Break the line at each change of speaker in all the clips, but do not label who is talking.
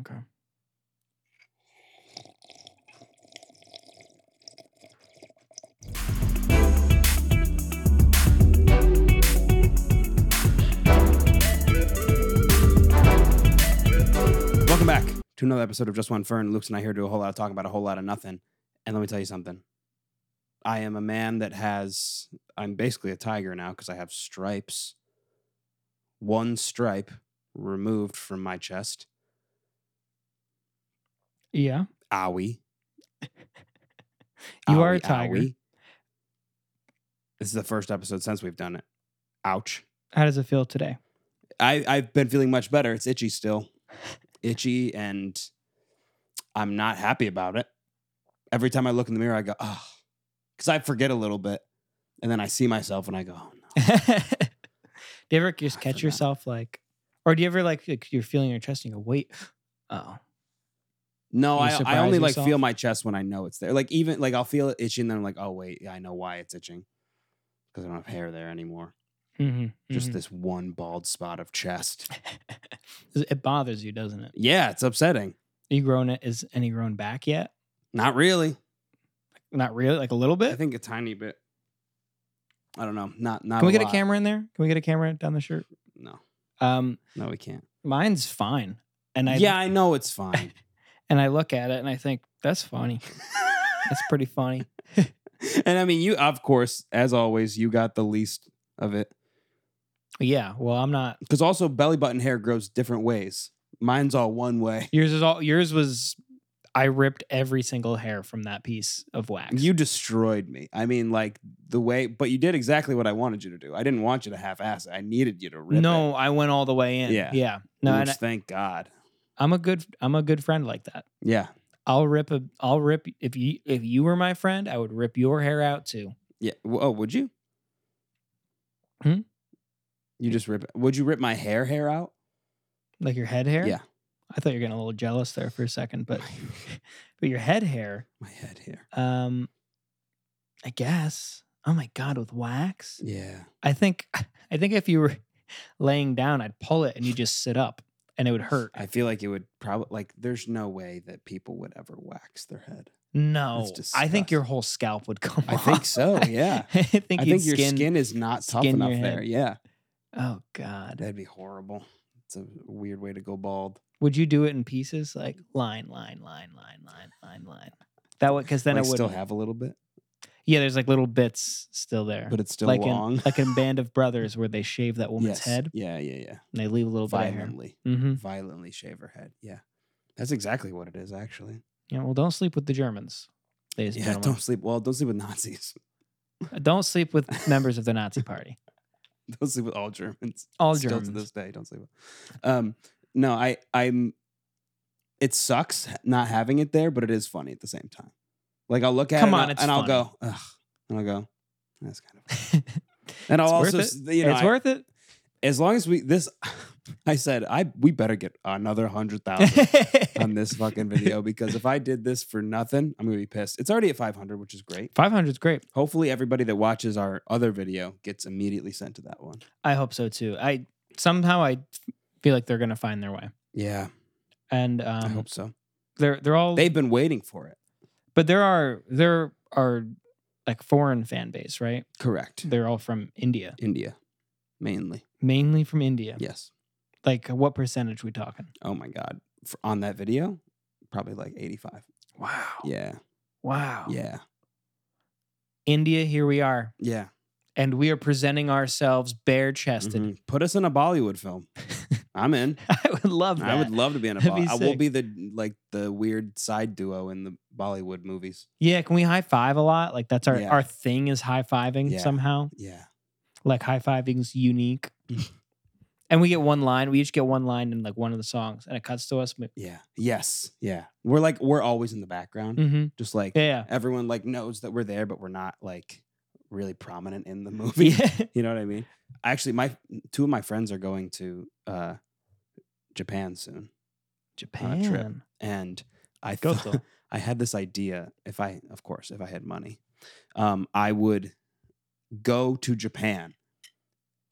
Okay.
Welcome back to another episode of Just One Fern. Luke's and I here do a whole lot of talking about a whole lot of nothing. And let me tell you something. I am a man that has, I'm basically a tiger now because I have stripes. One stripe removed from my chest.
Yeah.
Owie.
You are a
Owie,
tiger.
owie. This is the first episode since we've done it. Ouch.
How does it feel today?
I, I've been feeling much better. It's itchy still. Itchy, and I'm not happy about it. Every time I look in the mirror, I go, oh, because I forget a little bit. And then I see myself and I go, oh, no.
do you ever just
I
catch
forgot.
yourself like, or do you ever like, like, you're feeling your chest and you go, wait, oh,
No,
You
I,
surprise
I only like
yourself?
feel my chest when I know it's there. Like even like I'll feel it itchy and then I'm like, oh wait, yeah, I know why it's itching. Because I don't have hair there anymore.
mm-hmm,
Just this one bald spot of chest.
it bothers you, doesn't it?
Yeah, it's upsetting.
You grown it? Is any grown back yet?
Not really.
Not really, like a little
I
bit.
think a tiny bit. I don't know. Not not.
Can we get a
lot.
camera in there? Can we get a camera down the shirt?
No,
Um,
no, we can't.
mine's fine, and I
yeah, I know it's fine.
and I look at it and I think that's funny. That's pretty funny.
and I mean, you of course, as always, you got the least of it
yeah. Well, I'm not.
because also belly button hair grows different ways. Mine's all one way.
Yours is all. Yours was. I ripped every single hair from that piece of wax.
You destroyed me. I mean, like the way, but you did exactly what I wanted you to do. I didn't want you to half ass it. I needed you to rip
no, I went all the way in.
Yeah.
yeah.
it.
No,
which,
and I,
thank God.
I'm a good. I'm a good friend like that.
Yeah,
I'll rip a. I'll rip if you if you were my friend, I would rip your hair out too.
yeah. W- Oh, would you?
Hmm?
You just rip. Would you rip my hair hair out?
Like your head hair?
Yeah.
I thought you were getting a little jealous there for a second, but but your head hair,
My head hair.
um I guess. Oh my god, with wax?
Yeah.
I think I think if you were laying down, I'd pull it and you just sit up and it would hurt.
I feel like it would probably like. There's no way that people would ever wax their head.
No. I think your
disgusting.
whole scalp would come
I
off.
think so. Yeah.
I think,
I
you'd
think your skin, is not tough
skin your
enough there.
head.
Yeah.
Oh god.
That'd be horrible. It's a weird way to go bald.
Would you do it in pieces like line line line line line line line? That would cuz then
Then
it
like,
would
still have a little bit,
Yeah, there's like little bits still there.
but it's still
like
long.
in like in Band of Brothers where they shave that woman's
Yes.
head
Yeah, yeah,
and they leave a
yeah.
little bit
Violently,
of hair. hmm
violently shave her head. Yeah, that's exactly what it is. Actually,
Yeah, well, don't sleep with the Germans, ladies and
yeah.
gentlemen.
Don't sleep. Well, don't sleep with Nazis.
Don't. sleep with members of the Nazi Party.
Don't sleep with all Germans.
All
Still
Germans.
to this day, don't sleep with. Um, no, I, I'm. It sucks not having it there, but it is funny at the same time. Like I'll look at
Come
it and
on,
I'll-
it's
and I'll
funny.
go, Ugh, and I'll go, that's kind of. And I'll
It's worth
also,
it.
s- you know,
it's
I-
worth it.
as long as we this, I said I we better get another hundred thousand on this fucking video because if I did this for nothing, I'm gonna be pissed. It's already at five hundred, which is great.
Five hundred's great.
Hopefully, everybody that watches our other video gets immediately sent to that one.
I hope so too. I somehow I feel like they're gonna find their way,
Yeah,
and
I
um, oh.
hope so.
they're they're all.
They've been waiting for it.
but there are there are like foreign fan base, right?
Correct.
They're all from India,
India, mainly.
mainly from India.
Yes.
Like, what percentage we talking?
Oh my god. For, on that video, probably like eighty-five.
Wow.
Yeah.
Wow.
Yeah.
India, here we are.
Yeah.
And we are presenting ourselves bare chested.
Mhm. Put us in a Bollywood film. I'm in.
I would love that.
I would love to be in a
That'd be
Bollywood. I will
sick.
be the like the weird side duo in the Bollywood movies.
yeah, can we high five a lot? Like that's our
Yeah.
our thing is high fiving
Yeah.
somehow.
Yeah.
Like high fiving's unique. and we get one line. We each get one line in like one of the songs, and it cuts to us.
Yeah. Yes. Yeah. We're like we're always in the background.
Mm-hmm.
Just like
Yeah, yeah.
everyone like knows that we're there, but we're not like really prominent in the movie.
yeah.
You know what I mean? Actually, my two of my friends are going to uh Japan soon. On a trip.
Japan.
And I
Go
thought-
though.
I had this idea. If I, of course, if I had money, um, I would go to Japan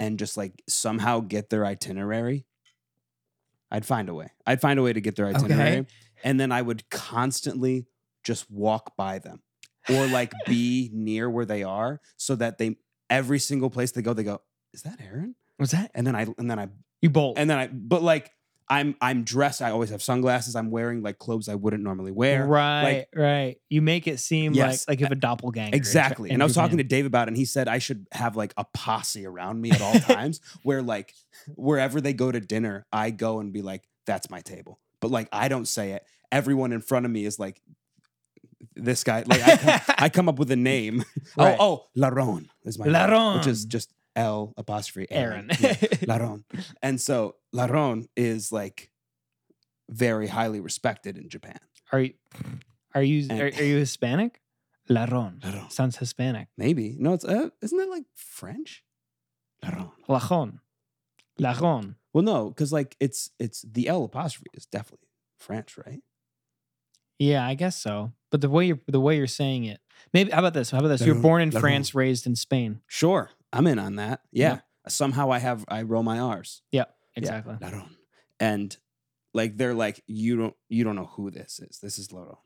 and just like somehow get their itinerary. I'd find a way. I'd find a way to get their itinerary.
Okay.
And then I would constantly just walk by them or like be near where they are so that they every single place they go, they go, is that Aaron?
What's that?
And then I and then I
You bolt.
and then I but like I'm I'm dressed, I always have sunglasses, I'm wearing like clothes I wouldn't normally wear.
right, right. You make it seem
Yes. e
like like you have a doppelganger.
Exactly. And I was talking to Dave about it, and he said I should have like a posse around me at all times where like wherever they go to dinner, I go and be like, that's my table. But like I don't say it. Everyone in front of me is like this guy. Like I come, I come up with a name.
Right.
Oh, oh, Laron is my
Laron.
name, which is just L apostrophe
Aaron.
Yeah. Laron. And so Laron is like very highly respected in Japan.
are you are you
And-
are, are you Hispanic? Laron
Laron.
sounds Hispanic.
Maybe. No, it's uh, isn't that like French? Laron.
Lajon, Lajon.
Well, no, because like it's it's the L apostrophe is definitely French, right?
Yeah, I guess so. But the way you're the way you're saying it, maybe. How about this? How about this? You're
Laron,
born in
Laron.
France, raised in Spain.
Sure, I'm in on that. Yeah.
Yeah.
Somehow I have I roll my R's. Yeah,
Exactly.
Laron, and like they're like you don't you don't know who this is. This is Laron.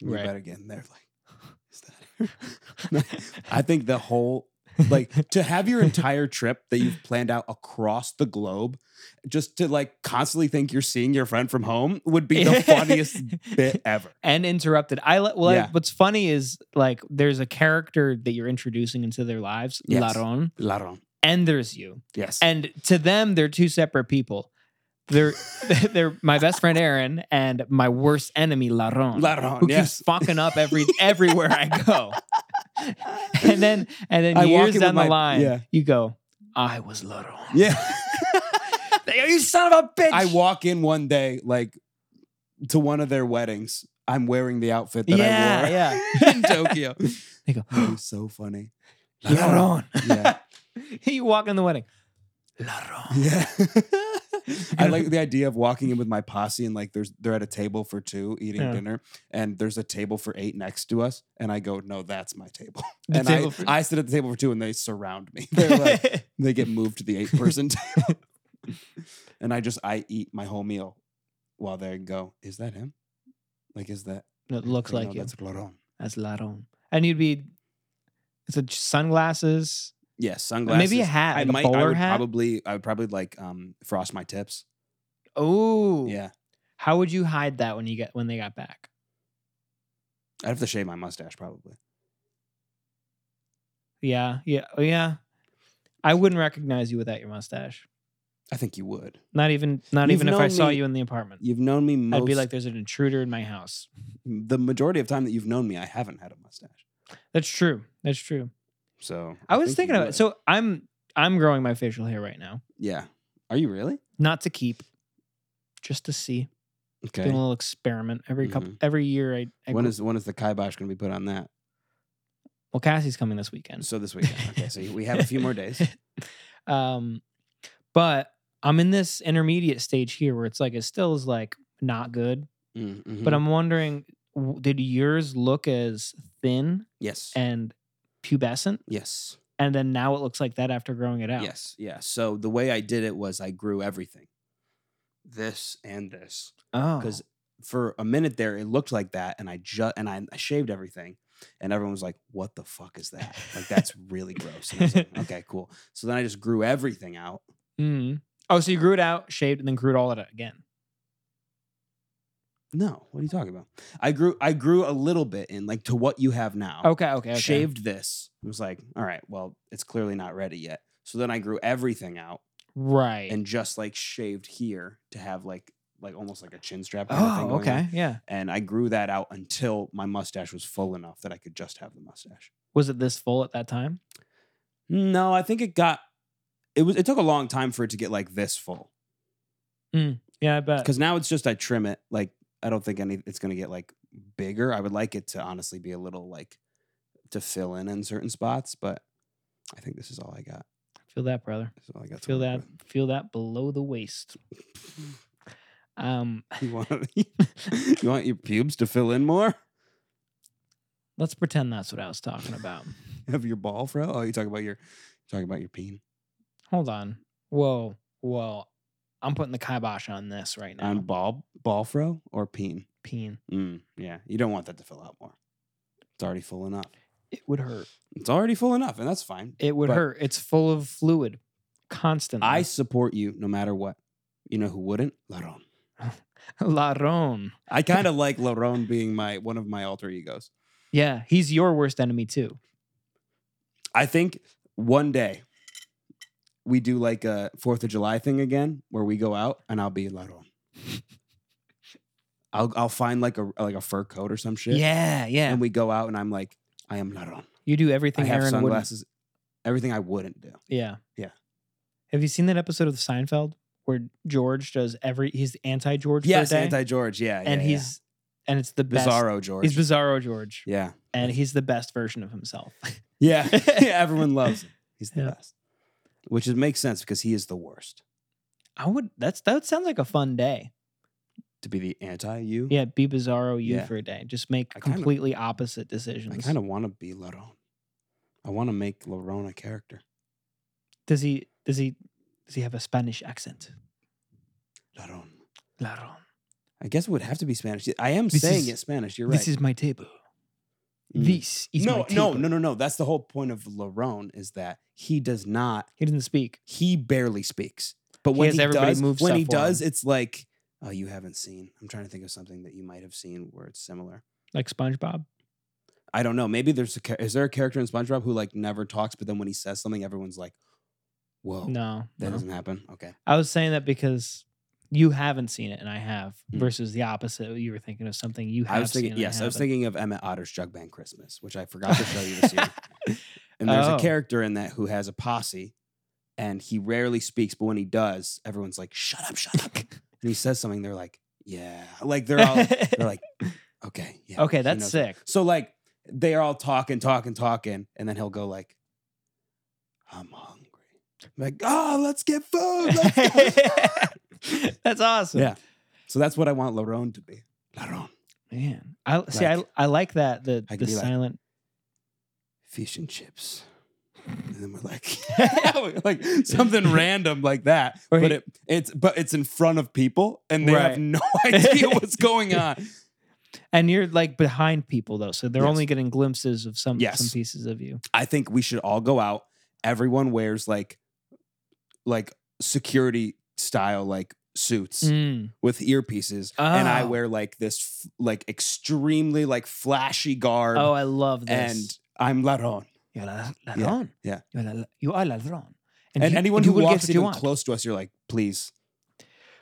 You
Right.
better get in there. Like, is that? I think the whole like to have your entire trip that you've planned out across the globe, just to like constantly think you're seeing your friend from home would be the funniest bit ever.
and interrupted. I li- well, I-
Yeah.
what's funny is like there's a character that you're introducing into their lives,
Yes.
Laron,
Laron.
and there's you.
Yes.
And to them, they're two separate people. They're they're my best friend Aaron and my worst enemy Laron.
Laron,
who
yes.
keeps fucking up every everywhere I go. And then and then
I walk
years
in with
down the
my-
line,
yeah.
you go, I was Laron.
Yeah.
You son of a bitch.
I walk in one day, like to one of their weddings. I'm wearing the outfit that I wore
yeah, yeah.
in Tokyo.
They go,
That was so funny.
Laron.
Yeah.
you walk in the wedding. Laron.
Yeah. I like the idea of walking in with my posse and like there's they're at a table for two eating
Yeah.
dinner and there's a table for eight next to us and I go no that's my table
The
and I,
table for-
I sit at the table for two and they surround me they're like they get moved to the eight person table. and I just I eat my whole meal while they go, is that him? Like is that
it looks
or
like
no,
you.
that's Laron.
That's Laron. And you'd be it's a j- sunglasses,
Yes, sunglasses.
maybe a hat,
I
like a
might I
bowler
would
hat.
probably I would probably like um frost my tips.
oh,
Yeah.
How would you hide that when you get when they got back?
I'd have to shave my mustache probably.
Yeah, yeah, oh, yeah. I wouldn't recognize you without your mustache.
I think you would.
Not even, not
You've
even if I
known
saw
me
you in the apartment.
You've known me most
I'd be like, "There's an intruder in my house."
the majority of time that you've known me, I haven't had a mustache.
That's true. That's true.
So
I was
think you
thinking about it.
would.
So I'm, I'm growing my facial hair right now,
Yeah. Are you really?
not to keep, just to see.
Okay. Mm-hmm.
Doing a little experiment every couple, every year. I, I
When
gr-
is when is the kibosh gonna be put on that?
well, Cassie's coming this weekend.
So this weekend. Okay. So we have a few more days.
um, but I'm in this intermediate stage here where it's like it still is like not good,
Mm,
but
mhm.
I'm wondering, w- did yours look as thin
yes.
and pubescent,
Yes.
and then now it looks like that after growing it out?
Yes, yeah. So the way I did it was I grew everything. This and this.
Oh,
Because for a minute there it looked like that and I just and I, I shaved everything. And everyone was like, what the fuck is that? Like that's really gross. And I was like, okay, cool. So then I just grew everything out.
Mm. Oh, so you grew it out, shaved, and then grew it all out again.
No, what are you talking about? I grew I grew a little bit in like to what you have now.
Okay, okay, okay.
Shaved this. I was like, all right, well, it's clearly not ready yet. So then I grew everything out
right?
and just like shaved here to have like like almost like a chin strap. kind of thing
oh,
going on.
okay, yeah.
and I grew that out until my mustache was full enough that I could just have the mustache.
Was it this full at that time?
No, I think it got it was it took a long time for it to get like this full
Yeah, I bet.
because now it's just I trim it like I don't think any it's gonna get like bigger. I would like it to honestly be a little like to fill in in certain spots, but I think this is all I got.
Feel that, brother.
This is all I got. to
Feel that.
work
Feel that below the waist. Um,
with. You want you want your pubes to fill in more?
let's pretend that's what I was talking about.
Have your ball fro? Oh, you talking about your talking about your peen?
Hold on. Whoa, whoa. I'm putting the kibosh on this right now.
On ball Balfro or Peen?
Peen.
Mm, yeah, you don't want that to fill out more. It's already full enough.
It would hurt.
It's already full enough, and that's fine.
It would
But-
hurt. It's full of fluid constantly.
I support you no matter what. You know who wouldn't? Laron.
Laron.
I kind of like Laron being my one of my alter egos.
Yeah, he's your worst enemy too.
I think one day we do like a Fourth of July thing again, where we go out and I'll be Laron. I'll I'll find like a like a fur coat or some shit.
Yeah, yeah.
And we go out and I'm like, I am Laron.
you do
I
everything
have
Aaron wouldn't.
sunglasses. Everything I wouldn't do.
Yeah.
Yeah.
Have you seen that episode of Seinfeld where George does every he's anti George
Yes,
for a day?
anti George. Yeah,
and
yeah, yeah.
he's and it's the best
Bizarro George.
He's Bizarro George.
yeah,
And he's the best version of himself.
yeah, yeah. Everyone loves him. He's the
Yeah.
best, which is, makes sense because he is the worst
I would that's that sounds like a fun day.
to be the anti you.
Yeah, be bizarro you
Yeah.
for a day. Just make
I kinda-
completely opposite
I
decisions.
kind of want to be Laron. I want to make Laron a character.
does he does he does he have a Spanish accent?
Laron.
Laron.
I guess it would have to be Spanish. I am
This
saying
is-
it Spanish. You're right.
This is my table.
Mm.
This is my
no,
table.
no, no, no, no. That's the whole point of Laron is that he does not.
He didn't speak.
He barely speaks. But
He
when
has
he
everybody
does,
move
when he
stuff for
does, it's like, oh, you haven't seen. I'm trying to think of something that you might have seen where it's similar.
Like SpongeBob.
I don't know. Maybe there's a cha- is there a character in SpongeBob who like never talks, but then when he says something, everyone's like, "Whoa,
No.
Oh, that
no.
doesn't happen." Okay,
I was saying that because you haven't seen it and I have,
Mm.
versus the opposite. You were thinking of something you have
I was
seen.
thinking.
and
Yes, I, was
haven't.
thinking of Emmett Otter's Jug Band Christmas, which I forgot to show you this year. And there's
Oh.
a character in that who has a posse, and he rarely speaks, but when he does, everyone's like, "Shut up, shut up!" and he says something, they're like, "Yeah," like they're all they're like, "Okay, yeah."
okay,
he
that's
knows
sick.
So like they're all talking, talking, talking, and then he'll go like, "I'm hungry." I'm like, oh, let's get food. let's get food."
That's awesome.
yeah. So that's what I want Laron to be. Laron,
Man. I see I
Like-
I like that the
I could
the
be like-
silent
fish and chips. And then we're like, like something random like that.
Or
But
he-
it, it's but it's in front of people and they
Right.
have no idea what's going on.
and you're like behind people though, so they're
Yes.
only getting glimpses of some some
Yes.
pieces of you.
I think we should all go out. Everyone wears like like security style like suits.
Mm.
with earpieces and I
Oh.
wear like this f- like extremely like flashy guard
Oh, I love this.
and I'm Laron.
you're la- ladron.
yeah.
You're la- you are ladron.
And,
you-
anyone
you
who
will get
walks
what you
even
want.
close to us, you're like, please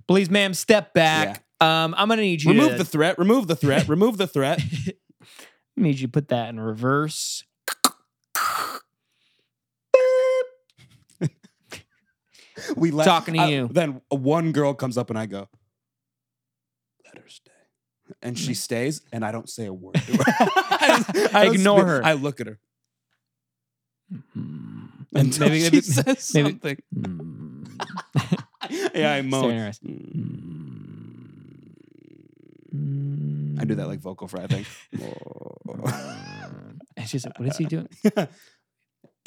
Please, ma'am, step back. Um, I'm gonna need you
remove
to,
the threat, remove the threat, remove the threat.
I need you to put that in reverse.
We laugh.
Talking to
I-
you.
Then one girl comes up and I go, let her stay. And
Mm.
she stays, and I don't say a word. to her. I just- I don't
Ignore
speak.
her.
I look at her
Mm.
and maybe, she says
maybe-
something.
Mm.
Yeah, I
Staring
moan.
at us. Mm.
I do that like vocal fry thing.
Mm. and she's like, "What is he doing?
and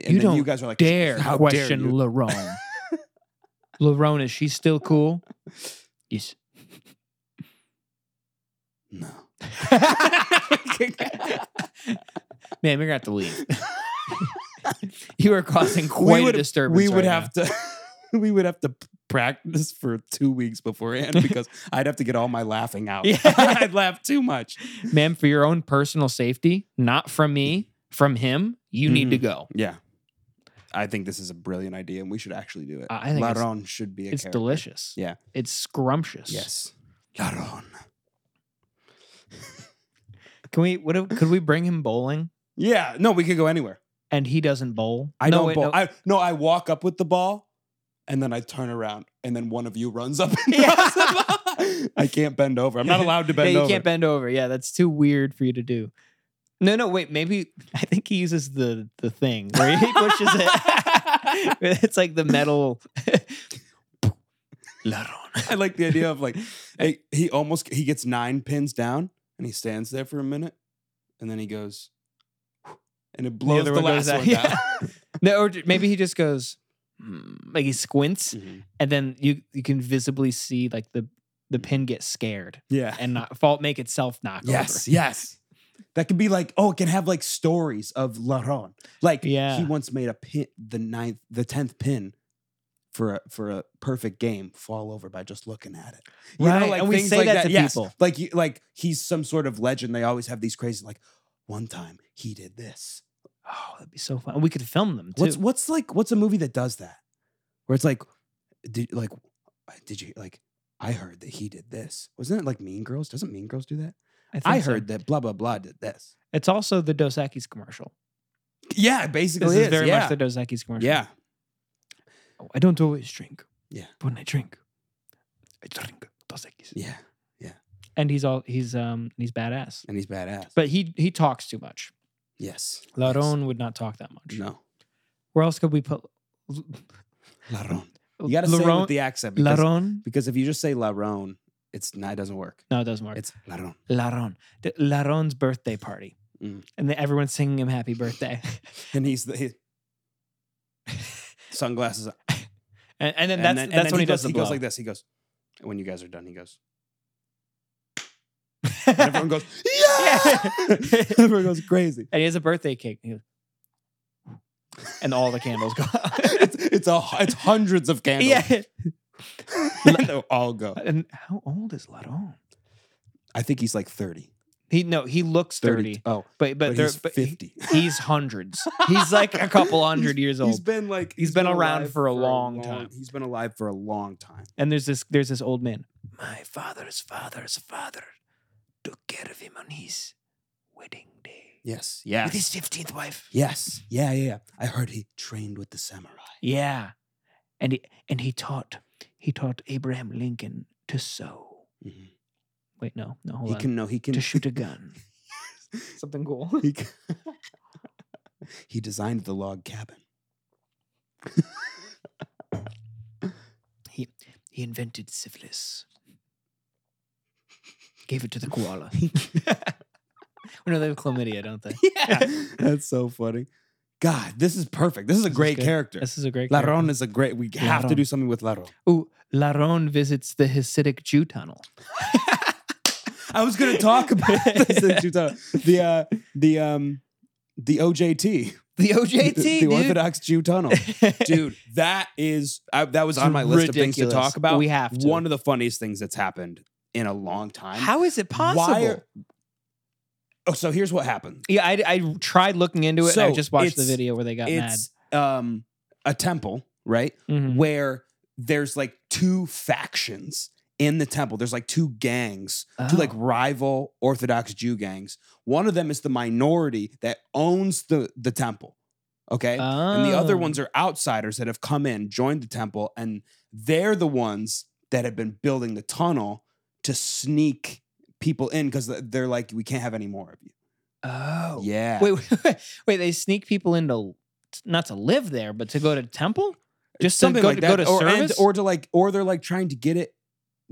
You don't
guys are Uh, like,
Dare
How
question
dare you?"
Larone? Larone, is she still cool? Yes.
No.
Man, we're gonna have to leave. you are causing
We
quite
would-
a disturbance.
we
right
would have to. We would have to p- practice for two weeks beforehand because I'd have to get all my laughing out.
Yeah.
I'd laugh too much.
now. ma'am, for your own personal safety, not from me, from him. You need
Mm-hmm.
to go.
Yeah, I think this is a brilliant idea, and we should actually do it.
I I think it's,
Laron should be a
it's
character.
delicious.
Yeah.
it's scrumptious.
Yes, Laron.
Can we? What if, could we bring him bowling?
Yeah, no, we could go anywhere.
And he doesn't bowl.
I
No,
don't
wait,
bowl.
no.
I no, I walk up with the ball, and then I turn around, and then one of you runs up and
Yeah.
throws the ball. I can't bend over. I'm not allowed to bend
yeah, you
over.
can't bend over. Yeah, that's too weird for you to do. No, no, wait. Maybe I think he uses the the thing where he pushes it. it's like the metal.
I like the idea of like, hey, he almost he gets nine pins down, and he stands there for a minute, and then he goes, and it blows
other
the,
one goes
last
out.
one
Yeah.
down.
No, or j- maybe he just goes. "Hmm," like he squints, and then you you can visibly see like the the pin get scared
Yeah.
and not fault make itself knock
Yes,
over.
yes. That could be like, oh, it can have like stories of Laron. Like
Yeah.
he once made a pin the ninth the tenth pin for a for a perfect game fall over by just looking at it.
Right, and we
things
say that to people.
Like you like he's some sort of legend. They always have these crazy like one time he did this.
Oh, that'd be so fun. We could film them too.
What's what's like what's a movie that does that? Where it's like did like did you like I heard that he did this. Wasn't it like Mean Girls? Doesn't Mean Girls do that?
think
I
so.
heard that blah blah blah did this.
it's also the Dos Equis commercial.
Yeah, it
This
basically
is
is,
very
yeah.
much the Dos Equis commercial.
yeah.
Oh, I don't always drink.
Yeah.
But when I drink, I drink Dos Equis.
Yeah.
And he's all he's um he's badass.
And he's badass.
But he he talks too much.
yes.
Laron would not talk that much.
No.
Where else could we put
Laron. You gotta say it with the accent because,
Laron?
because if you just say Laron, it's not it doesn't work.
No, it doesn't work.
It's Laron.
Laron. The- Laron's birthday party.
Mm.
And then everyone's singing him happy birthday.
And he's the he- sunglasses. on.
and, and then that's that's when he,
goes,
does the
he
blow.
goes like this. He goes, when you guys are done, he goes. And everyone goes, yeah.
Yeah.
everyone goes crazy.
and he has a birthday cake. He goes, and all the candles go out.
it's it's a it's hundreds of candles.
yeah.
And they'll all go.
And how old is Laron?
I think he's like 30.
He no, he looks 30,
Oh,
but but,
but,
there,
he's
but he-
50.
he's hundreds. He's like a couple hundred years
He's
old.
been like
He's been around
alive
for a long time.
He's been alive for a long time.
And there's this there's this old man. My father's father's father took care of him on his wedding day
Yes.
with
Yes.
his fifteenth wife.
Yes. Yeah. Yeah. Yeah. I heard he trained with the samurai.
Yeah, and he and he taught he taught Abraham Lincoln to sew. Wait, no, no, hold
He
on.
Mm-hmm. can. No. He can.
to shoot a gun. Something cool.
he, can- he designed the log cabin.
He invented syphilis. Gave it to the koala. Oh, no, they have chlamydia, don't they?
yeah. That's so funny. God, this is perfect. This is a
This is
great
good.
character.
This is a great. character.
Laron is a great. We have to
Laron.
do something with Laron.
Ooh, Laron visits the Hasidic Jew tunnel.
I was going to talk about this. that you talk- The uh, the um the OJT.
The
The-
OJT,
the,
dude.
Orthodox Jew tunnel. Dude, that is I, that was on my list of things to
Ridiculous.
talk about.
We have to.
One of the funniest things that's happened in a long time.
How is it
Why
possible?
are- oh, so here's what happened.
yeah, I, I tried looking into it. and I
So,
just watched the
it's-
video where they got mad.
it's um a temple, right?
Mhm.
Where there's like two factions in the temple. There's like two gangs to like
Oh.
rival Orthodox Jew gangs. One of them is the minority that owns the the temple. Okay. And the other
Oh.
ones are outsiders that have come in, joined the temple, and they're the ones that have been building the tunnel to sneak people in because they're like, we can't have any more of you.
Oh.
Yeah.
Wait, wait, wait, They sneak people into not to live there, but to go to temple. Just to
something
go
like
to, go
that.
to
or, and-
service.
or to like, or they're like trying to get it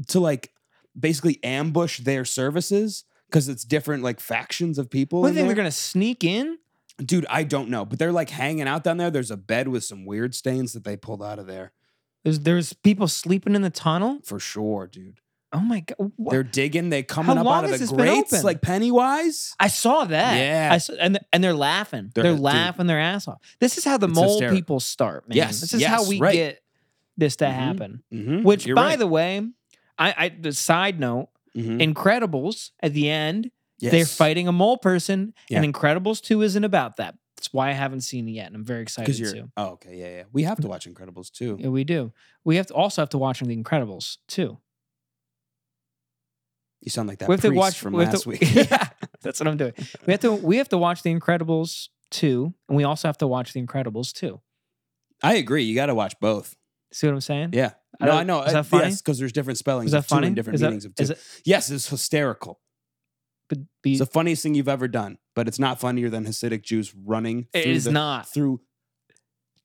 to like basically ambush their services because it's different like factions of people.
What do
in
you think
there.
they're gonna sneak in?
Dude, I don't know, but they're like hanging out down there. There's a bed with some weird stains that they pulled out of there
There's there's people sleeping in the tunnel.
for sure, dude.
Oh my god! What?
They're digging. They coming up
long
out of
has
the
this been
grates
open?
like Pennywise.
I saw that.
Yeah.
I saw, and and they're laughing.
They're-
They're,
dude.
laughing their ass off. This is how the
It's
mole
hysterical.
people start, man.
Yes,
This is
yes,
how we
right.
get this to
Mhm.
happen.
Mm-hmm.
Which, by the way, I, I the side note,
Mm-hmm. Mm.
Incredibles at the end, they're fighting a mole person, and Incredibles two isn't about that. That's why I haven't seen it yet, and I'm very excited
because you're.
to.
Oh, okay, yeah, yeah. We have to watch Incredibles too.
Yeah, we do. We have to also have to watch The Incredibles too.
You sound like that
we have
priest
to watch
from
we have
last
to-
week.
yeah, that's what I'm doing. We have to we have to watch The Incredibles two, and we also have to watch The Incredibles two.
I agree. You got to watch both.
See what I'm saying?
Yeah.
I
No,
don't-
I know. Uh,
is that funny?
Yes, because there's different spellings.
Is that
of two and
funny?
different
Is that-
meanings of two.
is it-
yes, it's hysterical.
But be,
It's the funniest thing you've ever done, but it's not funnier than Hasidic Jews running.
it
through
is
the-
not.
through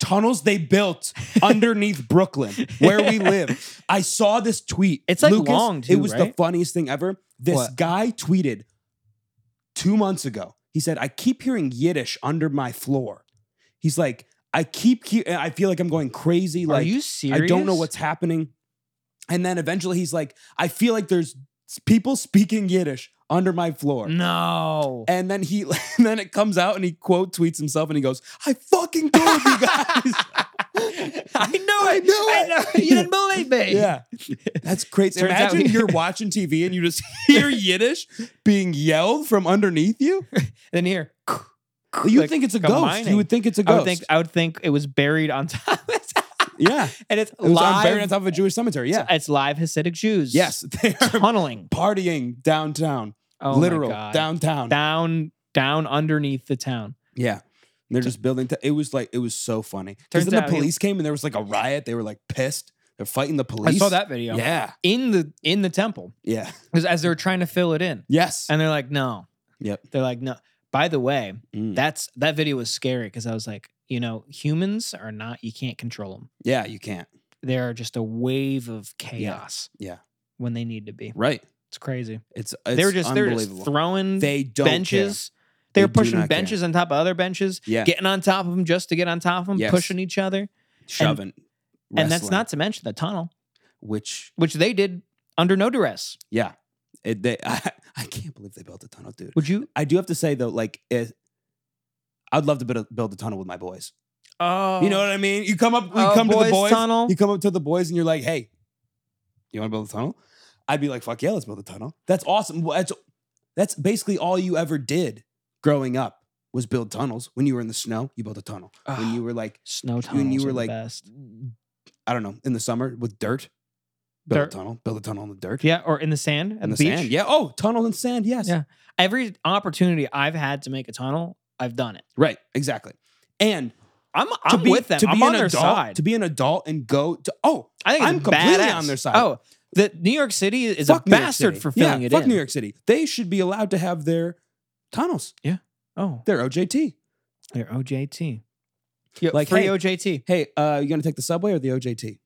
tunnels they built underneath Brooklyn, where we live. I saw this tweet.
It's, like, long,
It
too,
was the
right?
funniest thing ever. This
What?
guy tweeted two months ago. He said, "I keep hearing Yiddish under my floor." He's like, I keep keep. I feel like I'm going crazy.
Are
like
you serious?
I don't know what's happening. And then eventually he's like, I feel like there's people speaking Yiddish under my floor.
No.
And then he, and then it comes out and he quote tweets himself and he goes, I fucking told you guys.
I know it.
I know it.
know it. You didn't believe me.
yeah. That's crazy.
Turns out
Imagine
we-
you're watching TV and you just hear Yiddish being yelled from underneath you.
Then here,
You
Like,
think it's a
come
ghost.
mining.
You would think it's a
I
ghost.
would think I would think it was buried on top,
yeah.
and it's
It was on-
live.
buried on top of a Jewish cemetery. Yeah.
It's live Hasidic Jews.
Yes. They are
tunneling.
partying downtown.
Oh
literal
my God.
downtown.
down, down underneath the town.
Yeah. And They're just building. t- it was like it was so funny. Because
Turns
then the
out he-
police came and there was like a riot. They were like pissed. They're fighting the police.
I saw that video.
Yeah.
In the in the temple,
Yeah.
'Cause as they were trying to fill it in,
Yes.
and they're like, no.
Yep.
They're like, no. By the way,
Mm.
that's that video was scary because I was like, you know, humans are not. You can't control them.
yeah. You can't.
They are just a wave of chaos.
Yeah.
When they need to be,
Right.
it's crazy.
It's, it's
they're just they're just
unbelievable.
throwing
they don't
benches. They're
They do
pushing
not care.
benches on top of other benches,
Care. Yeah.
getting on top of them just to get on top of them,
Yes.
pushing each other.
Shoving.
And that's
wrestling,
not to mention the tunnel,
which.
which they did under no duress.
Yeah. It, they. I, I can't believe they built a tunnel, dude.
Would you?
I do have to say though, like, it, I'd love to build a, build a tunnel with my boys.
Oh,
You know what I mean? You come up, you
Oh,
come to
boys'
the boys.
tunnel.
You come up to the boys and you're like, hey, you want to build a tunnel? I'd be like, fuck yeah, let's build a tunnel. That's awesome. Well, That's that's basically all you ever did growing up was build tunnels. When you were in the snow, you built a tunnel. When you were like,
snow tunnels.
when you were
are
like,
the best.
I don't know, in the summer with dirt, build
Dirt.
a tunnel, build a tunnel in the dirt,
yeah, or in the sand at
in the,
beach.
sand. Yeah. Oh, tunnel in sand. Yes.
Yeah. Every opportunity I've had to make a tunnel, I've done it.
Right. Exactly. And
I'm
to
I'm
be,
with them.
To be
I'm on
an
their
adult,
side.
To be an adult and go to oh,
I think it's
I'm completely
badass.
on their side.
Oh, the New York City is
fuck
a
New York
bastard
City.
for filling
yeah,
it
fuck
in.
New York City. They should be allowed to have their tunnels,
Oh,
their OJT.
they're OJT. Yeah,
Like,
free
hey,
OJT.
Hey, uh, you gonna take the subway or the OJT?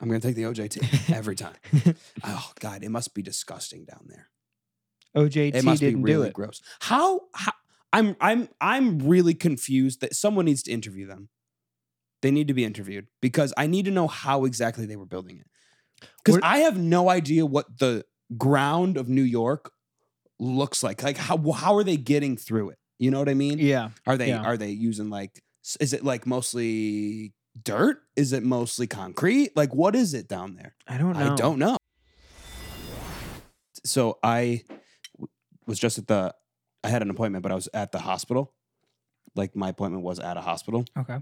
I'm gonna take the OJT every time. oh God, it must be disgusting down there.
OJT
It must be
didn't do
really
it.
gross. How, how? I'm I'm I'm really confused that someone needs to interview them. They need to be interviewed because I need to know how exactly they were building it. Because
What-
I have no idea what the ground of New York looks like. Like how how are they getting through it? You know what I mean?
Yeah.
Are they
Yeah.
are they using like s- is it like mostly dirt? Is it mostly concrete? Like what is it down there?
I don't know.
I don't know. So I w- was just at the I had an appointment, but I was at the hospital. Like my appointment was at a hospital.
Okay.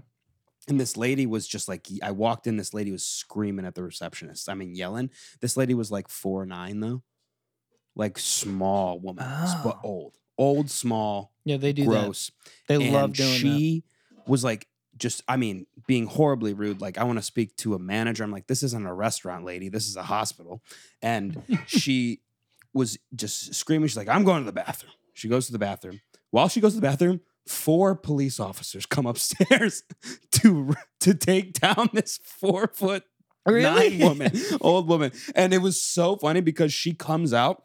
And this lady was just like I walked in, this lady was screaming at the receptionist. I mean yelling. This lady was like four nine though. Like small woman, s- but
Oh.
old. Old, small,
Yeah, they do that.
gross
They
and
love doing that.
she was like just i mean being horribly rude like i want to speak to a manager i'm like this isn't a restaurant lady this is a hospital and she was just screaming she's like i'm going to the bathroom she goes to the bathroom while she goes to the bathroom four police officers come upstairs to to take down this four foot nine woman, old woman. And it was so funny because she comes out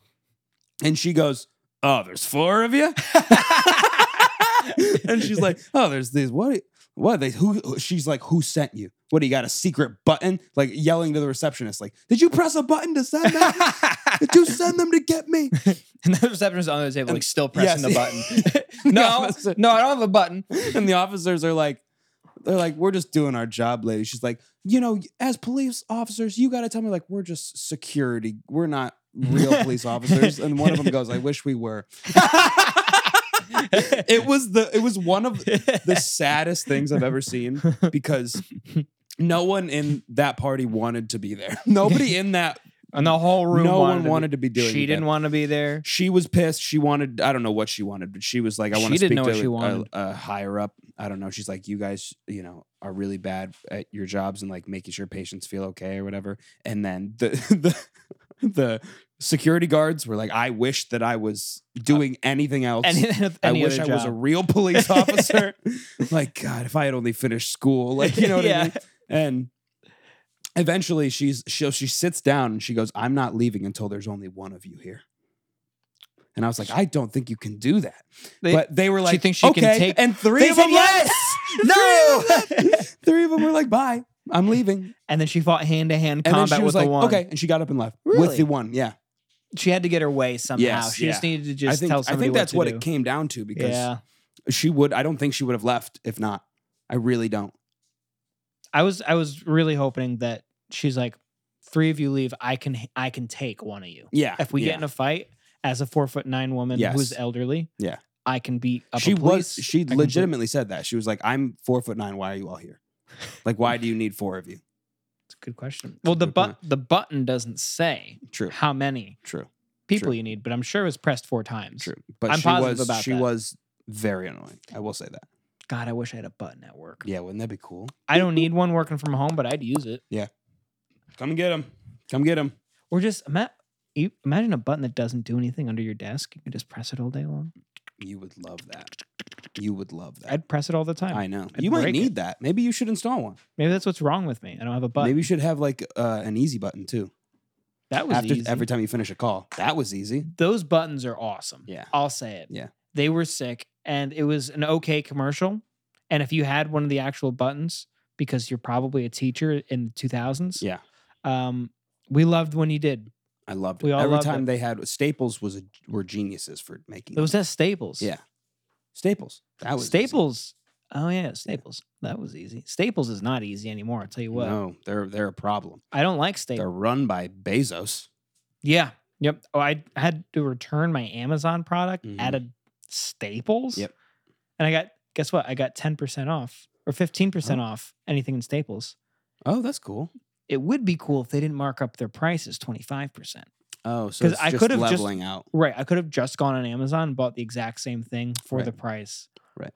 and she goes, Oh, there's four of you? and she's like, Oh, there's these. What? What? They, who, who-" She's like, Who sent you? What do you got? A secret button? Like yelling to the receptionist, like, Did you press a button to send that? Did you send them to get me?
and the receptionist on the other table, like still pressing
Yes.
the button. no,
Yes.
no, I don't have a button.
and the officers are like, they're like, we're just doing our job, lady. She's like, you know, as police officers, you got to tell me, like, we're just security. We're not real police officers. And one of them goes, I wish we were. it was the, it was one of the saddest things I've ever seen because no one in that party wanted to be there. Nobody in that,
and the whole room.
no
wanted
one
to
wanted to be
Be,
doing
she
that.
didn't want to be there.
She was pissed. She wanted, I don't know what she wanted, but she was like, I want
She
to
didn't
speak
know
to
what she
a-
wanted.
A, a higher up. I don't know. She's like, you guys, you know, are really bad at your jobs and like making sure patients feel okay or whatever. And then the, the, the security guards were like, I wish that I was doing anything else.
Uh, Any,
I
any
wish I
other
was a
job.
real police officer. like, God, if I had only finished school, like, you know what I
Yeah.
mean? And eventually she's she, she sits down and she goes, I'm not leaving until there's only one of you here. And I was like, I don't think you can do that.
They-
but they were like,
thinks she can
"Okay,"
take-
and three
They
of
said
them left. no. Three of them were like, bye. I'm leaving.
and then she fought hand to hand
And then
combat
she was
with
like,
the one.
okay. And she got up and left with
Really?
the one. Yeah.
She had to get her way somehow.
Yes,
she just needed to
I
just
think,
tell
I
somebody
think that's
what,
what,
to
it
do.
came down to because
yeah.
she would, I don't think she would have left if not. I really don't.
I was I was really hoping that she's like, three of you leave. I can I can take one of you.
Yeah.
If we
yeah.
get in a fight as a four foot nine woman
Yes.
who's elderly,
Yeah.
I can beat up.
she
a police.
was she
I can beat-
legitimately said that she was like i'm four foot nine why are you all here like why do you need four of you
It's a good question. Well, the
good
but the button doesn't say
true
how many
true
people
True.
you need, but I'm sure it was pressed four times.
true but
I'm
she
positive
was
about
she
that.
was very annoying i will say that
God, I wish I had a button at work.
yeah wouldn't that be cool
I don't need one working from home, but I'd use it.
come get him come get him
Or just ima- you- imagine a button that doesn't do anything under your desk. You can just press it all day long.
you would love that you would love that
I'd press it all the time.
i know
I'd
you might
break
need
it.
that maybe you should install one
Maybe that's what's wrong with me. I don't have a button.
maybe you should have like uh, an easy button too
that was
after
easy.
every time you finish a call that was easy
Those buttons are awesome.
Yeah.
I'll say it.
Yeah.
They were sick and it was an okay commercial. And if you had one of the actual buttons, because you're probably a teacher in the 2000s,
yeah
um, we loved when you did.
i loved it
We all
every
loved
time
it.
they had staples was a, were geniuses for making
It was at Staples.
Yeah. Staples. That was easy.
Staples. Oh, yeah. Staples. That was easy. Staples is not easy anymore. I'll tell you what.
No, they're they're a problem.
I don't like
They're
Staples.
run by Bezos.
Yeah. Yep. Oh, I had to return my Amazon product
Mhm.
at a Staples.
Yep.
And I got, guess what? I got 10% off or 15%
Uh-huh.
off anything in Staples.
Oh, that's cool.
It would be cool if they didn't mark up their prices 25%.
Oh, so
'Cause
it's
I
just
could've just-
leveling out.
Right. I could have just gone on Amazon and bought the exact same thing for
Right.
the price. Um,
Right.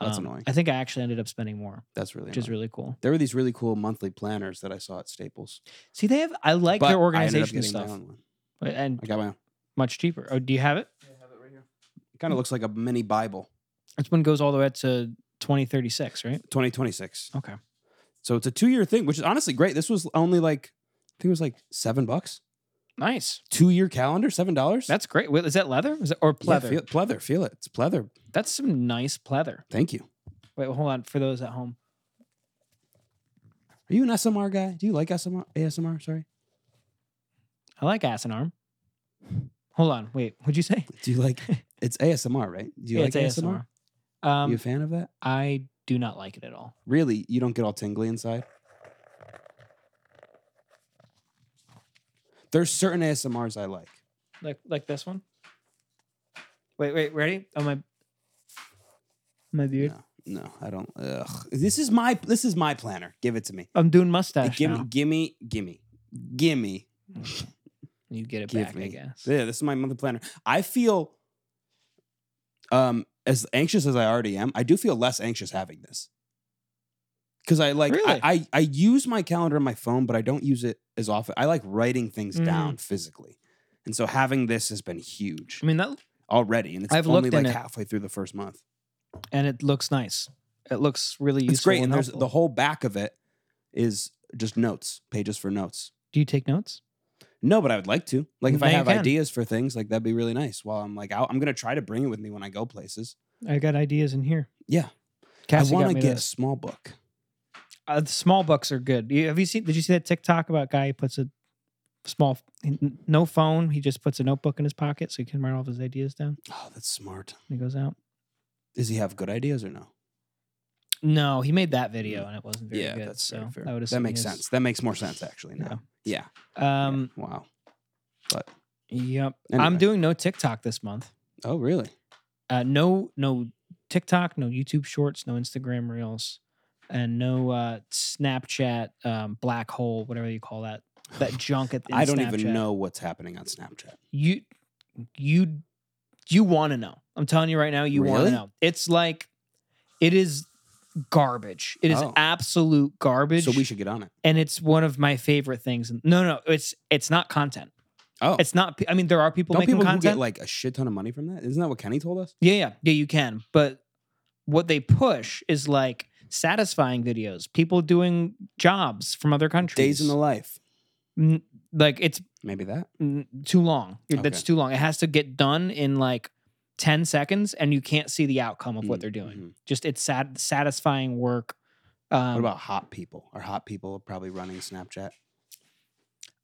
That's annoying.
I think I actually ended up spending more,
That's really,
which is
annoying.
really cool.
There were these really cool monthly planners that I saw at Staples.
See, they have, I like
but
their
I ended up
organization
getting
stuff
My own one.
and
I got my own.
much cheaper. Oh, do you have it?
It kind of looks like a mini Bible.
This one goes all the way up to 2036, right?
2026.
Okay.
So it's a two year thing, which is honestly great. This was only like I think it was like seven bucks.
Nice.
Two year calendar, seven dollars.
That's great. Wait, is that leather? Is it, or pleather?
feel, pleather. Feel it. It's pleather.
That's some nice pleather.
Thank you.
Wait, hold on. For those at home,
Are you an SMR guy? Do you like SMR? ASMR? Sorry.
I like ass and arm. Hold on. Wait, what'd you say?
Do you like? it's ASMR, right? Do you
Yeah,
like
it's
ASMR?
ASMR. Um,
you a fan of that?
I do not like it at all.
Really, you don't get all tingly inside. There's certain ASMRs I like.
Like like this one. Wait, wait, ready? Oh my, my beard.
No, no, I don't. Ugh. This is my this is my planner. Give it to me.
I'm doing
Uh,
mustache
gimme,
now.
gimme, gimme, gimme.
You get it
give
back,
me
I guess.
Yeah, this is my monthly planner. I feel, um, as anxious as I already am, I do feel less anxious having this. Because I like
Really?
I, I I use my calendar on my phone, but I don't use it as often. I like writing things
Mhm.
down physically, and so having this has been huge
I mean that,
already, and it's
Mm. I've
only
looked in
like
it.
halfway through the first month.
and it looks nice. It looks really useful.
it's great, and there's
helpful.
the whole back of it is just notes, pages for notes.
Do you take notes?
No, but I would like to. Like if I
Now you
have
can.
ideas for things, like that'd be really nice. While I'm like out, I'm gonna try to bring it with me when I go places.
I got ideas in here.
Yeah,
Cassie
I want
got
to
me
get a
those.
small book.
Uh, the small books are good. You- Have you seen? Did you see that TikTok about guy who puts a small, n- no phone. He just puts a notebook in his pocket so he can write all of his ideas down
Oh, that's smart.
when he goes out.
Does he have good ideas or no?
No, he made that video and it wasn't very good. so
very
I would
That
assume he
makes
is-
sense. That makes more sense actually now. Yeah. yeah.
Um.
Wow.
Yep.
Anyway.
I'm doing no TikTok this month.
Oh, really?
Uh. No. No TikTok. No YouTube Shorts. No Instagram Reels. And no uh, Snapchat um, black hole, whatever you call that, that junk at. in
I don't
Snapchat.
even know what's happening on Snapchat.
you you you want to know i'm telling you right now you want
Really?
to know it's like it is garbage it is
Oh.
absolute garbage
So we should get on it.
and it's one of my favorite things no no it's it's not content
Oh,
it's not i mean there are people
don't
making
people who
content
get like a shit ton of money from that? Isn't that what Kenny told us?
yeah yeah yeah you can but what they push is like satisfying videos people doing jobs from other countries
Days in the life.
N- like it's
Maybe that.
n- too long. You're- That's
Okay.
too long. It has to get done in like 10 seconds and you can't see the outcome of what they're doing.
Mhm.
Just it's sat- satisfying work. Um,
What about hot people? Are hot people probably running Snapchat?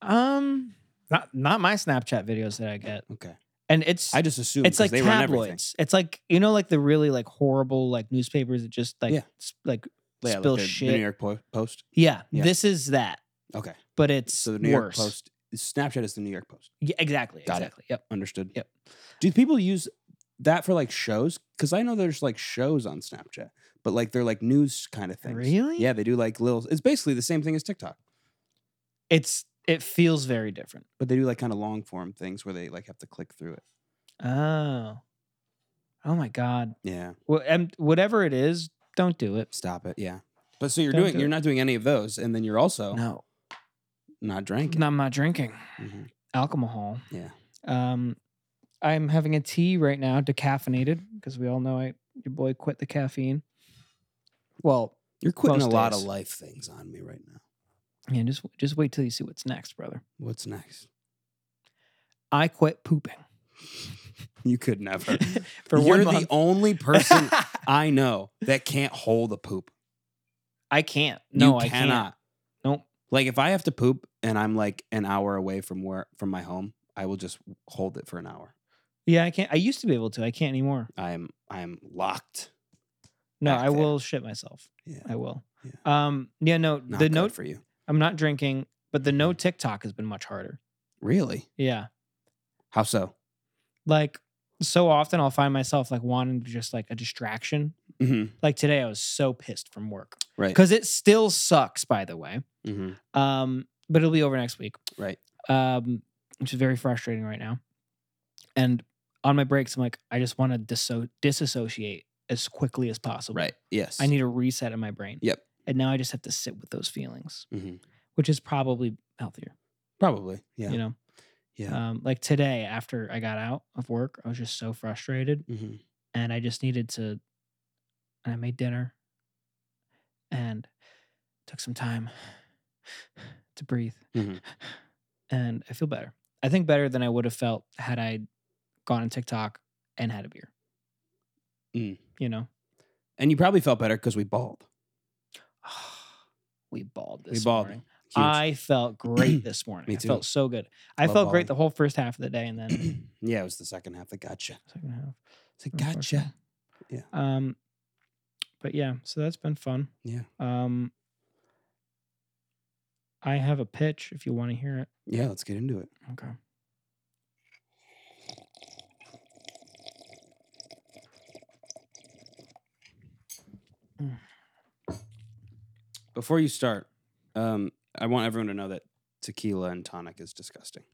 um not not my Snapchat videos that I get.
Okay,
And it's
I just assume
it's like
they run everything.
tabloids. It's like you know like the really like horrible like newspapers that just like
Yeah.
s- like
Yeah, like
spill
the- the
shit.
New York Po- Post.
yeah,
Yeah.
this is that,
Okay,
but it's
so the New York
worse.
Post. Snapchat is the New York Post.
Yeah, exactly,
Got it.
exactly. Yep.
Understood.
Yep.
Do people use that for like shows? Because I know there's like shows on Snapchat, but like they're like news kind of things.
Really?
Yeah, they do like little. It's basically the same thing as TikTok,
It's it feels very different.
but they do like kind of long form things where they like have to click through it.
Oh. Oh my god.
Yeah.
Well, and whatever it is, don't do it.
Stop it. Yeah. But so you're
Don't
doing
do
you're
it.
not doing any of those, and then you're also
No.
not drinking.
No, I'm not drinking
Mhm.
alcohol.
Yeah.
Um, I'm having a tea right now, decaffeinated, because we all know I your boy quit the caffeine. Well,
You're quitting
Most
a lot
days.
of life things on me right now.
yeah, just just wait till you see what's next, brother.
What's next?
I quit pooping
You could never.
for
you're
one
the
month.
only person I know that can't hold a poop.
I can't. No,
you
I
cannot.
Nope.
Like if I have to poop and I'm like an hour away from where from my home, I will just hold it for an hour.
Yeah, I can't. I used to be able to. I can't anymore.
I am I am locked.
No,
Back
I
there.
will shit myself.
Yeah.
I will.
Yeah.
Um. Yeah. No.
Not
the
good
note.
for you.
I'm not drinking, but the no TikTok has been much harder.
Really?
Yeah.
How so?
Like so often, I'll find myself like wanting to just like a distraction.
hmm
Like today, I was so pissed from work
Right.
because it still sucks. By the way.
hmm
Um. But it'll be over next week.
Right.
Um. Which is very frustrating right now. And on my breaks, I'm like, I just want to disso- disassociate as quickly as possible.
Right. Yes.
I need a reset in my brain.
Yep.
And now I just have to sit with those feelings,
Mhm.
which is probably healthier.
probably. Yeah.
You know,
Yeah.
um, like today after I got out of work, I was just so frustrated,
hmm
and I just needed to. And I made dinner, and took some time to breathe,
Mhm.
and I feel better. I think better than I would have felt had I gone on TikTok and had a beer.
Mm.
You know,
And you probably felt better because we balled.
we balled this
we balled.
morning.
Huge.
I felt great this morning.
Me
I felt
too.
so good. I
Love
felt
volley.
great the whole first half of the day, and then
yeah, it was the second half that got you.
second half.
It's like,
and fourth
gotcha.
half.
Yeah.
Um. But yeah, so that's been fun.
Yeah.
Um. I have a pitch if you want to hear it.
Yeah, let's get into it.
Okay.
Before you start, um, I want everyone to know that tequila and tonic is disgusting.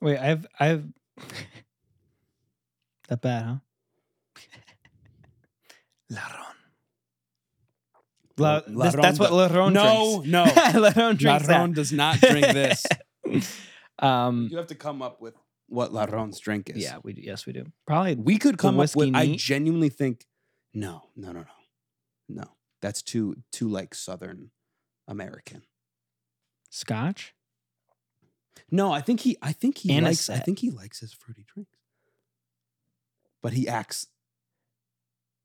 Wait, I have I have that bad, huh? Laron. La,
La-
this- that's what Laron
no,
drinks.
no.
Laron drinks that.
Ladron does not drink this.
Um,
you have to come up with what Ladron's drink is.
yeah, we do. Yes, we do. Probably.
We could come up
whiskey
with I
neat?
genuinely think no, no, no, no. No. That's too too like Southern American.
Scotch?
No, I think he I think he likes I
Anisette.
think he likes his fruity drinks. But he acts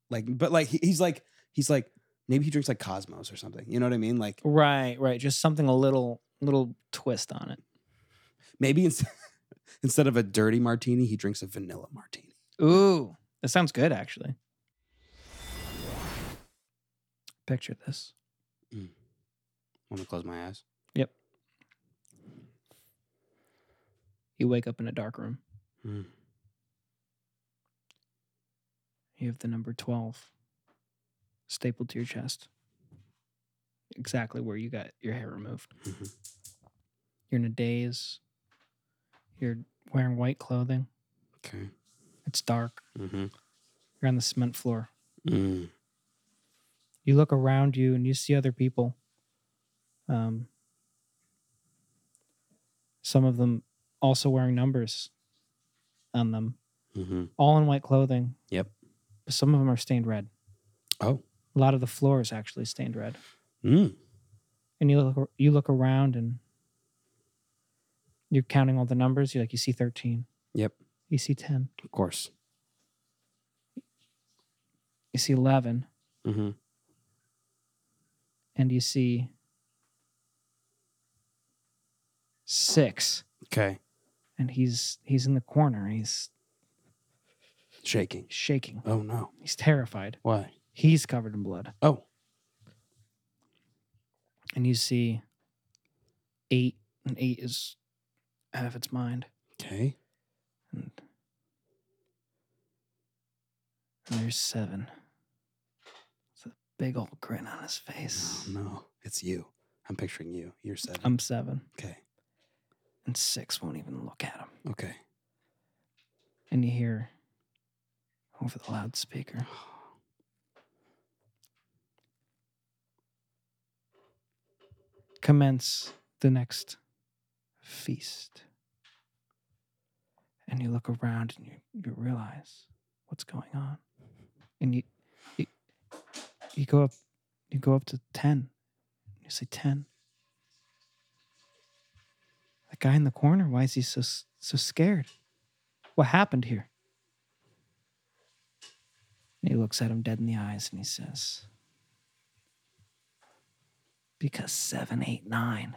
like but like he- he's like he's like maybe he drinks like Cosmos or something. You know what I mean? Like
Right, right. Just something a little little twist on it.
maybe instead instead of a dirty martini, he drinks a vanilla martini.
Ooh, that sounds good actually. Picture this.
I'm gonna close my eyes.
You wake up in a dark room.
Mm.
You have the number 12 stapled to your chest. Exactly where you got your hair removed.
Mhm.
You're in a daze. You're wearing white clothing.
Okay.
It's dark.
Mm-hmm.
You're on the cement floor.
Mm.
you look around you and you see other people. Um, some of them also wearing numbers on them,
Mm-hmm.
all in white clothing.
Yep.
But some of them are stained red.
Oh.
A lot of the floor is actually stained red.
Mm.
and you look you look around and you're counting all the numbers. You like you see thirteen.
Yep.
You see ten.
Of course.
You see eleven,
Mm-hmm.
and you see six.
Okay.
And he's he's in the corner. He's
Shaking.
shaking.
Oh no.
He's terrified.
Why?
He's covered in blood.
Oh.
And you see eight, and eight is out of its mind.
Okay.
And and there's seven. It's a big old grin on his face.
No, Oh, no. It's you. I'm picturing you. You're 7
I'm seven,
okay.
and six won't even look at him.
Okay.
And you hear over the loudspeaker commence the next feast. And you look around and you, you realize what's going on. And you, you you go up you go up to ten. You say ten. The guy in the corner, why is he so s- so scared? What happened here? And he looks at him dead in the eyes and he says, Because seven, eight, nine.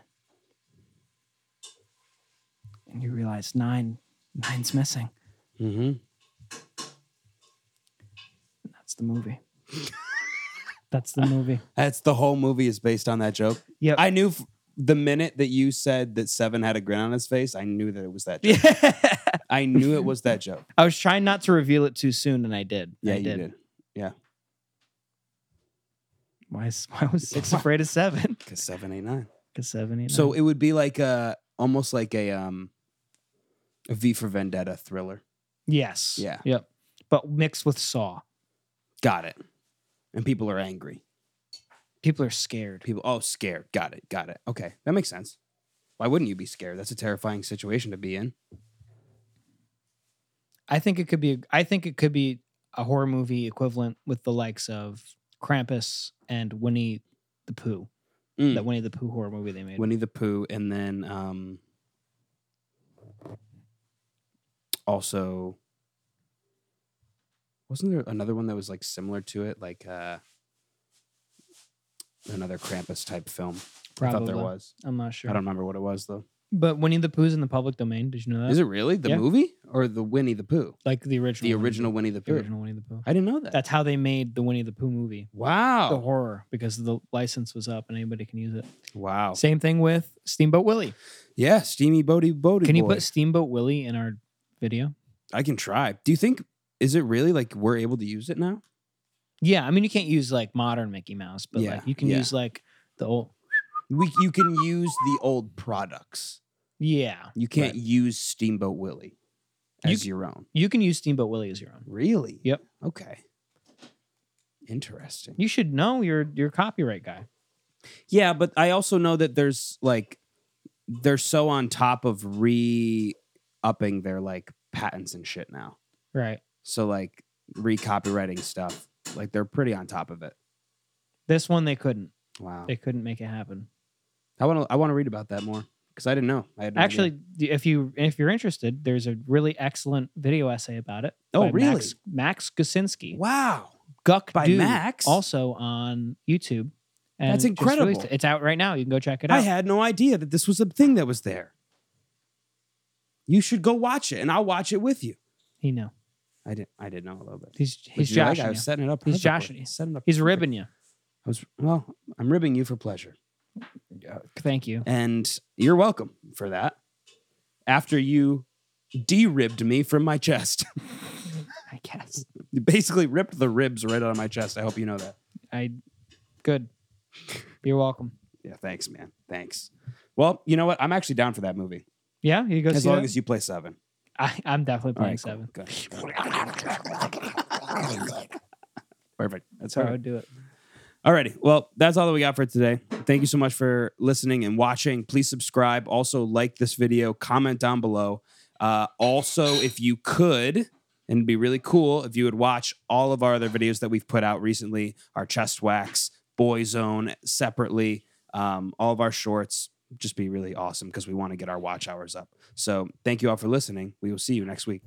And you realize nine, nine's missing.
Mm-hmm.
And that's the movie. that's the movie.
That's the whole movie is based on that joke.
Yep.
I knew f- the minute that you said that Seven had a grin on his face, I knew that it was that joke. I knew it was that joke.
I was trying not to reveal it too soon and I did.
Yeah,
I
you
did.
did.
Why, is, why was six afraid of seven?
Because seven, eight, nine.
Because seven, eight,
So
nine.
it would be like a almost like a um a V for Vendetta thriller.
yes.
Yeah.
Yep. But mixed with Saw.
Got it. And people are angry.
People are scared.
People oh scared. Got it. Got it. Okay. That makes sense. Why wouldn't you be scared? That's a terrifying situation to be in.
I think it could be. I think it could be a horror movie equivalent with the likes of Krampus and Winnie the Pooh.
Mm.
That Winnie the Pooh horror movie they made.
Winnie the Pooh and then um also wasn't there another one that was like similar to it like uh another Krampus type film. I thought
Probably.
there was.
I'm not sure.
I don't remember what it was though.
But Winnie the Pooh's in the public domain. Did you know that?
Is it really the
yeah.
movie or the Winnie the Pooh?
like the original?
The
Winnie
original Winnie the
The
Pooh.
original Winnie the Pooh.
I Oh. didn't know that.
That's how they made the Winnie the Pooh movie. The
wow.
horror because the license was up and anybody can use it.
Wow.
Same thing with Steamboat Willie.
Yeah, Steamy Bodie Bodie.
Can you
Boy.
put Steamboat Willie in our video?
I can try. Do you think is it really like we're able to use it now?
Yeah, I mean you can't use like modern Mickey Mouse, but
Yeah,
like you can
yeah.
use like the old.
We you can use the old products.
Yeah,
You can't use Steamboat Willie
You
as
c-
your own.
You can use Steamboat Willie as your own.
Really?
Yep.
Okay. Interesting.
You should know your your copyright guy.
Yeah, but I also know that there's like they're so on top of re upping their like patents and shit now.
Right.
So like re copywriting stuff. Like they're pretty on top of it.
This one they couldn't.
Wow.
They couldn't make it happen.
I want to I want to read about that more because I didn't know. I had no idea.
Actually, d- if you if you're interested, there's a really excellent video essay about it.
Oh,
by
really?
Max, Max Gusinski.
wow.
Guck
By
Du,
Max?
Also on YouTube.
That's
just
incredible.
released it. It's out right now. You can go check it
I
out.
had no idea that this was a thing that was there. You should go watch it, and I'll watch it with you.
he know.
I didn't. I didn't know a little bit.
He's
But
he's
you're right,
joshing
I
you.
was setting it up.
He's
perfectly.
joshing you.
Setting it up
He's
perfectly.
ribbing you.
I was well. I'm ribbing you for pleasure,
Thank you.
and you're welcome for that. After you de-ribbed me from my chest,
I guess.
you basically ripped the ribs right out of my chest. I hope you know that.
I good. You're welcome.
Yeah, thanks, man. Thanks. Well, you know what? I'm actually down for that movie
Yeah, you go
as
see
long
that?
as you play seven.
I, I'm definitely
All
playing
right, cool.
seven.
Good. Good. Perfect. That's
So I
all.
would do it.
Alrighty. Well, that's all that we got for today. Thank you so much for listening and watching. Please subscribe. Also, like this video, comment down below. Uh, also, if you could, and it'd be really cool if you would watch all of our other videos that we've put out recently our chest wax, Boyzone separately. Um, all of our shorts just be really awesome because we want to get our watch hours up. So thank you all for listening. We will see you next week.